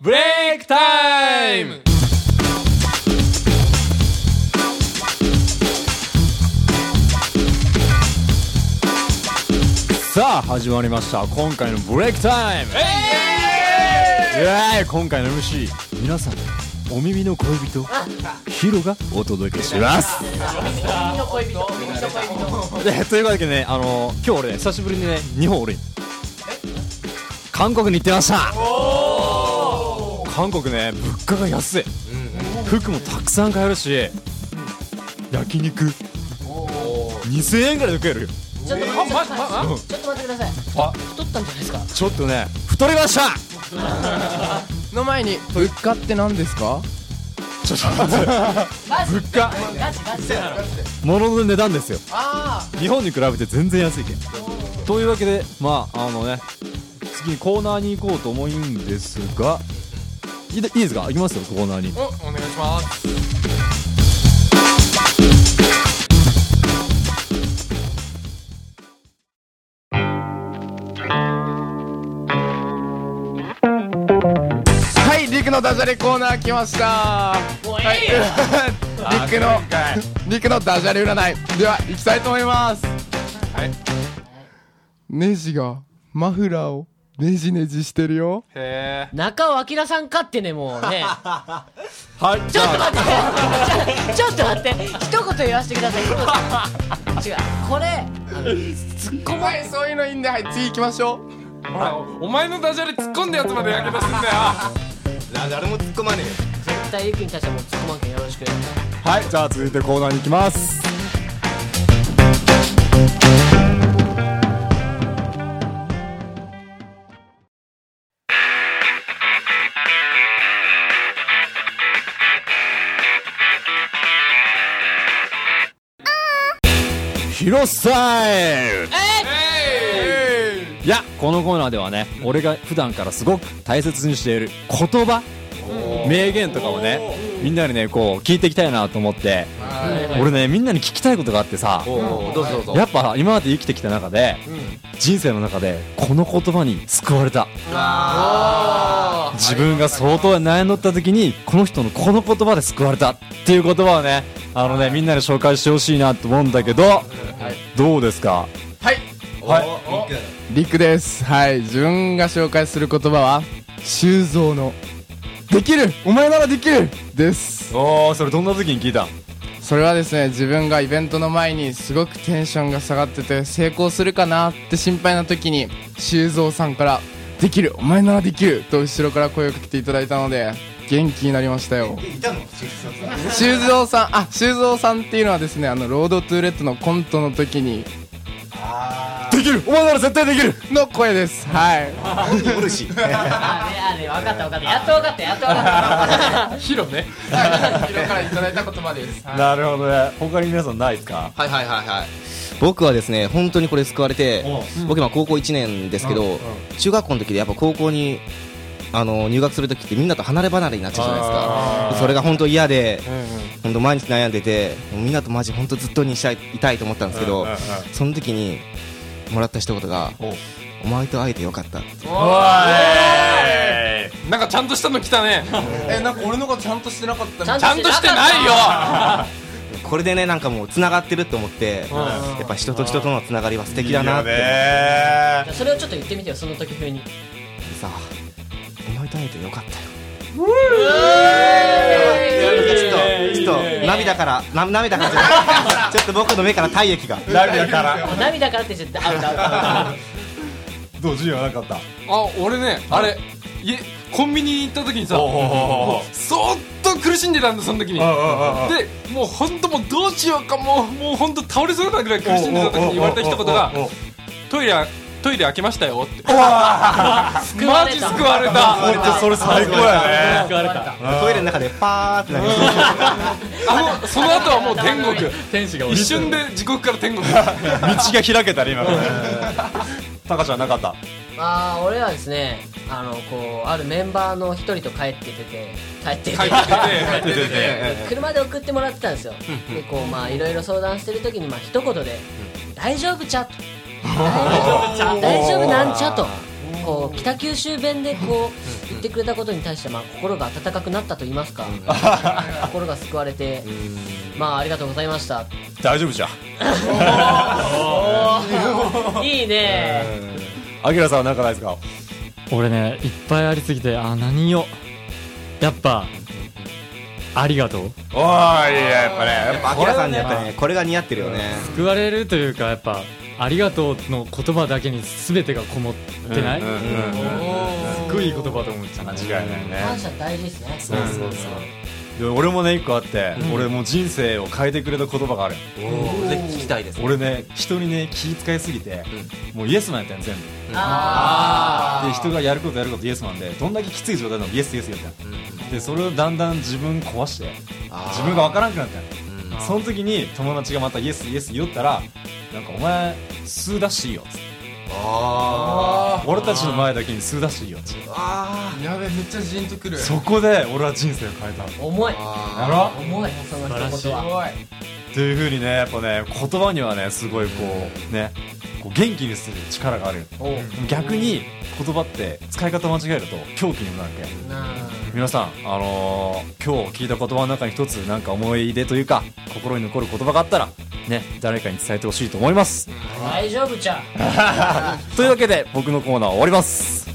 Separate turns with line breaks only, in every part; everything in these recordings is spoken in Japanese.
ブレイクタイムさあ始まりました今回のブレイクタイムイエーイ今回の MC 皆さんお耳の恋人ヒロがお届けしますでというわけでねあの今日俺ね久しぶりにね日本俺韓国に行ってました韓国ね物価が安い、服もたくさん買えるし焼肉2000円ぐらいで食えるよ
ちょっと待って、ちょっと待
うん
ってちょっと待ってください。
あ
太ったんじゃないですか。
ちょっとね太りました
の前に物価って何ですか
ちょっと待って
マジ
物価
ガチガチ。
物の値段ですよ
あ
日本に比べて全然安いけんというわけでまああのね次にコーナーに行こうと思うんですがいいでいいですか行きますよコーナーに
あおお願いしますはいリクのダジャレコーナー来ました
もう
はい
いいよ。
リクのリクのダジャレ占いでは行きたいと思いますはいネジがマフラーをネジネジしてるよ
へ
中尾明さんかってね、もう ね。
はい
ち
じ
ょ
ゃ
っと
あ
待って。 ちょちょっと待って。一言言わせてください。一言違う。これ、あの突っ込ま
はいそういうのいいんではい次行きましょう
えほらお前のダジャレ突っ込んだやつまでやけどすんだよ
誰も突っ込まねえよ
絶対ゆきに対してはもう突っ込まんけんよろしく。
はいじゃあ続いてコーナーに行きます広さえいやこのコーナーではね俺が普段からすごく大切にしている言葉名言とかをねみんなにねこう聞いていきたいなと思って俺ねみんなに聞きたいことがあってさ
どうぞどうぞ
やっぱ今まで生きてきた中で人生の中でこの言葉に救われた自分が相当悩んどった時にこの人のこの言葉で救われたっていう言葉をねあのねみんなで紹介してほしいなと思うんだけどどうですか
はい
はい
リクですはい自分が紹介する言葉は修造のできるお前ならできるです
おーそれどんな時に聞いた
それはですね自分がイベントの前にすごくテンションが下がってて成功するかなって心配な時に修造さんからできるお前ならできると後ろから声をかけていただいたので元気になりましたよ
いたの修
修造
造さん
さんあ修造さんっていうのはですねあのロードトゥーレットのコントの時に
できるお前なら絶対できる
の声ですはい
おるし
あれあれ、分かった分かった。やっと分かった、やっと分かっ た。
ヒロね
後ろからいただいた言葉です
なるほどね他に皆さんないですか
はいはいはいはい僕はですね本当にこれ救われて僕今高校1年ですけど中学校の時でやっぱ高校にあの入学する時ってみんなと離れ離れになっちゃうじゃないですかそれが本当嫌で本当毎日悩んでてもうみんなとマジ本当ずっとにしたいいたいと思ったんですけどその時にもらった一言が「お前と会えてよかった」
なんかちゃんとしたの来た ね
えなんか俺のことちゃんとしてなかった
ちゃ
ちゃんとしてない よ
これでねなんかもうつながってると思ってやっぱ人と人とのつながりは素敵だなって
それをちょっと言ってみてよ、その時風に。
さあお前と会えてよかったよちょっと
えー
ちょっと涙からな涙からじゃ ないちょっと僕の目から体液が
涙から
もう涙からって絶対アウトアウトアウト。
どう自由はなかった
あ俺ねあれ家コンビニに行った時にさもうそーっと苦しんでたんだその時にでもう本当もうどうしようかもうもう本当倒れそうなぐらい苦しんでた時に言われた一言がトイレトイレ開けましたよってマジ救われた
それ最高やね
救われた。
トイレの中でパーってなりました
あのその後はもう天国一瞬で地獄から天国
道が開けたね今のねタカちゃんなかった
まあ俺はですねあのこうあるメンバーの一人と帰っててて帰ってて
帰ってて
車で送ってもらってたんですよでこうまあいろいろ相談してる時にまあ一言で「大丈夫ちゃ」と「大丈夫ちゃ大丈夫なんちゃ」とこう北九州弁でこう言ってくれたことに対してまあ心が温かくなったと言いますか 心が救われてまあありがとうございました
大丈夫じゃん
いいね
アキラさんはなんかないですか
俺ねいっぱいありすぎてあ何よやっぱありがとう
おーいややっぱねやっぱ
アキラさんにやっぱねこれが似合ってるよね
救われるというかやっぱありがとうの言葉だけに全てがこもってない、すごいいい言葉と思っちゃう
間違いないね
感謝大事ですね
で俺もね一個あって、俺もう人生を変えてくれた言葉がある
ぜひ聞きたいです
俺ね人にね気遣いすぎて、もうイエスマンやったん全部で人がやることやることイエスマンでどんだけきつい状態でもイエスイエスやったん、でそれをだんだん自分壊して自分が分からんくなったんその時に友達がまたイエスイエス言おったらなんかお前数出していいよっつって俺たちの前だけに数出していいよっつって
やべめっちゃジンとくる
そこで俺は人生を変えた
重い
やろ
重いその一言は
っていうふうにねやっぱね言葉にはねすごいこうねこう元気にする力があるよ
おう
逆に言葉って使い方間違えると狂気にもなるけん
なあ
皆さんあのー今日聞いた言葉の中に一つなんか思い出というか心に残る言葉があったらね誰かに伝えてほしいと思います
大丈夫じゃん
というわけで僕のコーナー終わります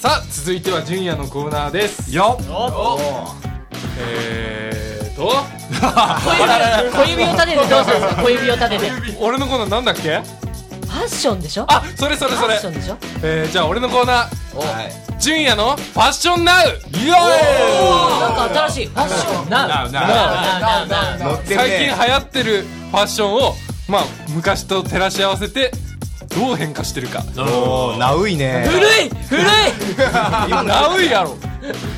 さあ続いては純也のコーナーです
よ
えーと
小指を立ててどうするんですか小指を立てて
俺のコーナーなんだっけ
ファッションでしょ
あそれそれ
フ
そ
ァッ
れ
ションでしょ
えーじゃあ俺のコーナー
はい
純也のファッションナウイエーイ
なんか新しいファッションな
な
う
あなあ
なうなうなう
乗ってる
最近
ね
流行ってるファッションをまあ昔と照らし合わせてどう変化してる か
おーナウイ ね
古い古い今ナウいやろ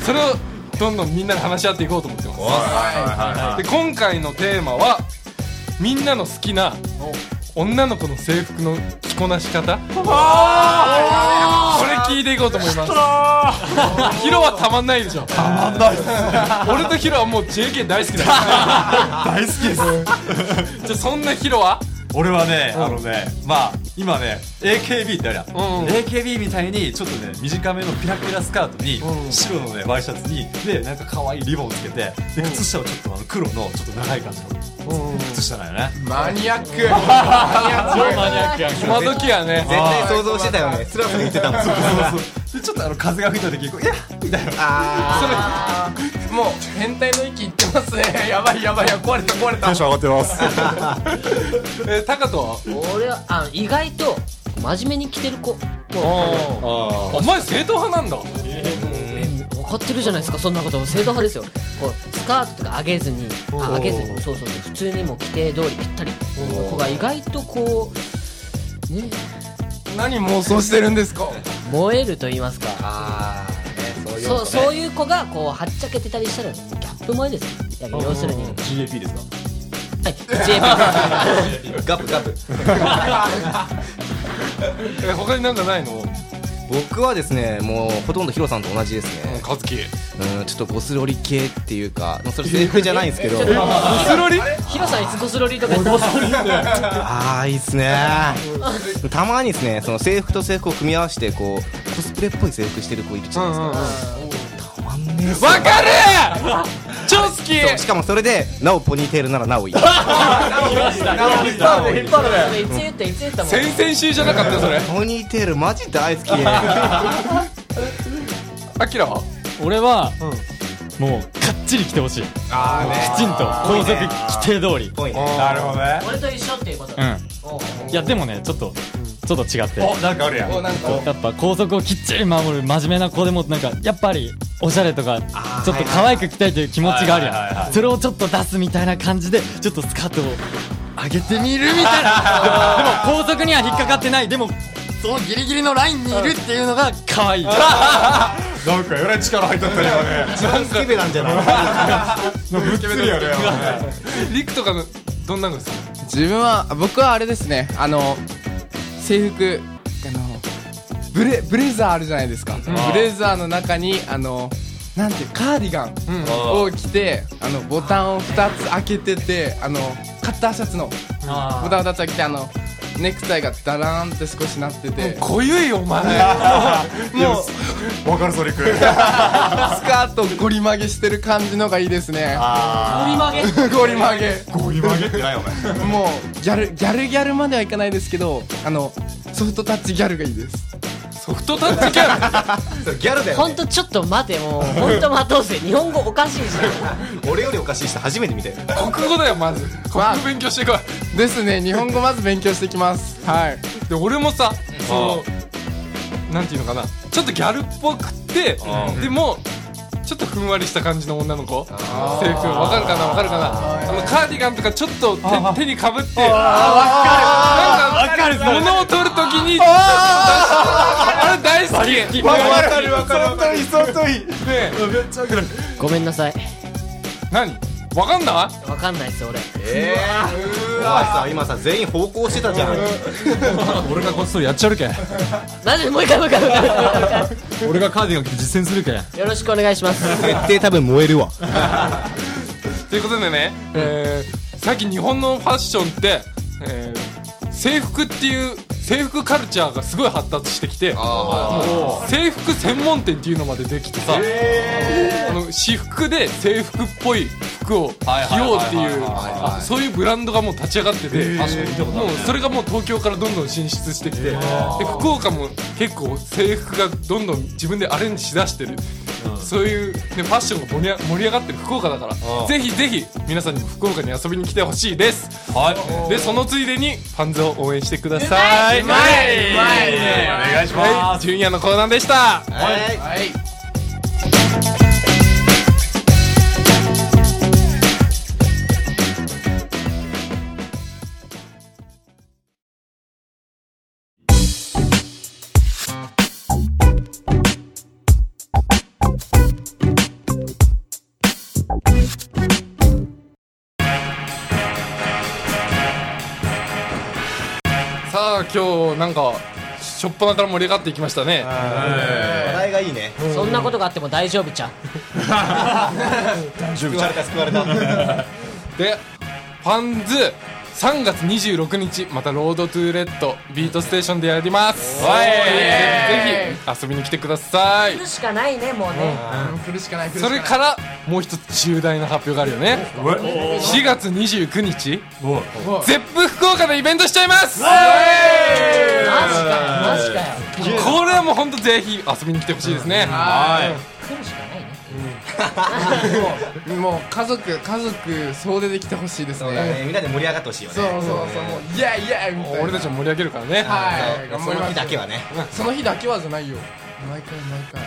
それをどんどんみんなで話し合っていこうと思ってますで今回のテーマはみんなの好きな女の子の制服の着こなし方これ聞いていこうと思います ヒロはたまんないでしょたまんない 俺とヒロはもう JK 大好きだ
大好きです
じゃあそんなヒロは
俺はね、あのね、まあ、今ね、AKB ってあるやん、
んうん
AKB みたいに、ちょっとね、短めのピラピラスカートに、白のね、ワイシャツに、で、なんか可愛いリボンつけて、で、靴下をちょっとあの黒の、ちょっと長い感じの、靴下なんよね。
マニアックマニアッ
今時やね
絶対想像してたよねスラスラ言ってたもん
そうそう。で、ちょっとあの、風が吹いた時にこう、いやっみたいな。
クもう変態の域いってますねやばいやばいやばい壊れた壊れた
テンション上がってます
えー、タカトは
俺はあの意外と真面目に着てる子
お前正統派なんだ
分かってるじゃないですかそんなこと正統派ですよこうスカートとか上げずにあ上げずにそうそうそう普通にもう規定通りぴったりの子が意外とこうね
何妄想してるんですか
燃えると言いますかそうそういう子がこうはっちゃけてたりしたらギャップ萌えですよいや要するに
GAP ですか
はい JP
ガブガブ
えー他になんかないの
僕はですねもうほとんどヒロさんと同じですね
カズキ
うんちょっとゴスロリ系っていうかまあそれ制服じゃないんです けど
ゴスロリ
ヒロさんいつゴスロリとか言ってます
あーいいっすねたまにですねその制服と制服を組み合わせてこうコスプレっぽい制服してる子いるじゃないですかたまんねえっすよ
わかる超好き
そうしかもそれでなおポニーテールならなおいい
いつ言ったいつ言ったもん
先々週じゃなかったそれ
ポニーテールマジ大好きね
アキラは
俺は、もうかっちり着てほしい
あーね
きちんと高速規定通り
ぽいね
なるほどね
俺と一緒っていうこと
う
おうん
いやでもねちょっとちょっと違って
おなんかあるやん
やっぱ校則をきっちり守る真面目な子でもなんかやっぱりおしゃれとかちょっと可愛く着たいという気持ちがある
はいはいはい
や
は
んそれをちょっと出すみたいな感じでちょっとスカートを上げてみるみたい なでも校則には引っかかってないでもそのギリギリのラインにいるっていうのが可愛い
なんかえらい力入っとったね
スケベなんじゃない
今ねぶっつりやね今ね
リクとかのどんなのが好き
自分は僕はあれですねあの制服あのブレブレザーあるじゃないですか、ブレザーの中にあのなんていうカーディガンを着て、あのボタンを2つ開けててあのカッターシャツのボタンを2つ開けてあのネクタイがダラーンって少しなってて
濃ゆいよお前
もうス
わかる、ソリック。
カートをゴリ曲げしてる感じのがいいですね
折り曲げ
ゴリ曲げ
ゴリ曲げってないよね。
もうギャルギャルギャルまではいかないですけどあのソフトタッチギャルがいいです
ソフトタッチキャラ
ギャルだ
ほん。とちょっと待てもうほんと待 とうぜ日本語おかしいし
俺よりおかしい人初めて見たよ。
国語だよまず国語勉強してこい
ですね日本語まず勉強してきますはい
で俺もさそのなんていうのかなちょっとギャルっぽくてでもちょっとふんわりした感じの女の子制服わかるかなわかるかなあのカーディガンとかちょっと手手にかぶってあわかるなんか物を取るときにちょっと出してあれ大好き
わかるわかる。相当いい、相当いい。
ね
めっちゃわかる。
ごめんなさい
何わかんな
わかんないです俺
ええさ今さ全員方向してたじゃん
い俺がこっそりやっちゃるけん
マジでもう一回もう一回もう一回もう一回もう一
俺がカーディガン着て実践するけん
回よろしくお願いします
絶対多分燃えるわ
ということでね、えー、最近日本のファッションって、えー、制服っていう制服カルチャーがすごい発達してきてもう制服専門店っていうのまでできてさ、あの私服で制服っぽい服を着ようっていうあそういうブランドがもう立ち上がってて、もうそれがもう東京からどんどん進出してきて、で福岡も結構制服がどんどん自分でアレンジしだしてる。そういう、ね、ファッションが盛り上盛り上がってる福岡だからぜひぜひ皆さんにも福岡に遊びに来てほしいですはいでそのついでにファンズを応援してくださいうまいうまいお願いしますジュニアのコーナーでしたさあ今日なんかしょっぱなから盛り上がっていきましたね
話題がいいね
そんなことがあっても大丈夫ちゃん
救われた救われた
でファンズ3月26日またロードトゥーレッドビートステーションでやりますぜひぜひ遊びに来てください
来るしかないねもうね
来るしかない来るし
そ
かない
れからもう一つ重大な発表があるよね4月29日ゼップ福岡でイベントしちゃいます
マジかよマジかよ
これはもう本当ぜひ遊びに来てほしいです
来
ね
るしかないね
もう家族家族総出で来てほしいです
そうだ
ね
ねみんなで盛り上がってほしいよ
そう
ね
そうそうもうイエイイエイみたいな
俺たちも盛り上げるからね
はい頑張
そ
り
の
ま
日だけはね
すその日だけはじゃないよ毎回毎回イ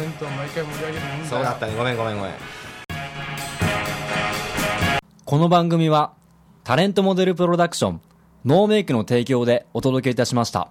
ベントは毎回盛り上げるもんだよ
そうだったねごめんごめんごめん
この番組はタレントモデルプロダクションノーメイクの提供でお届けいたしました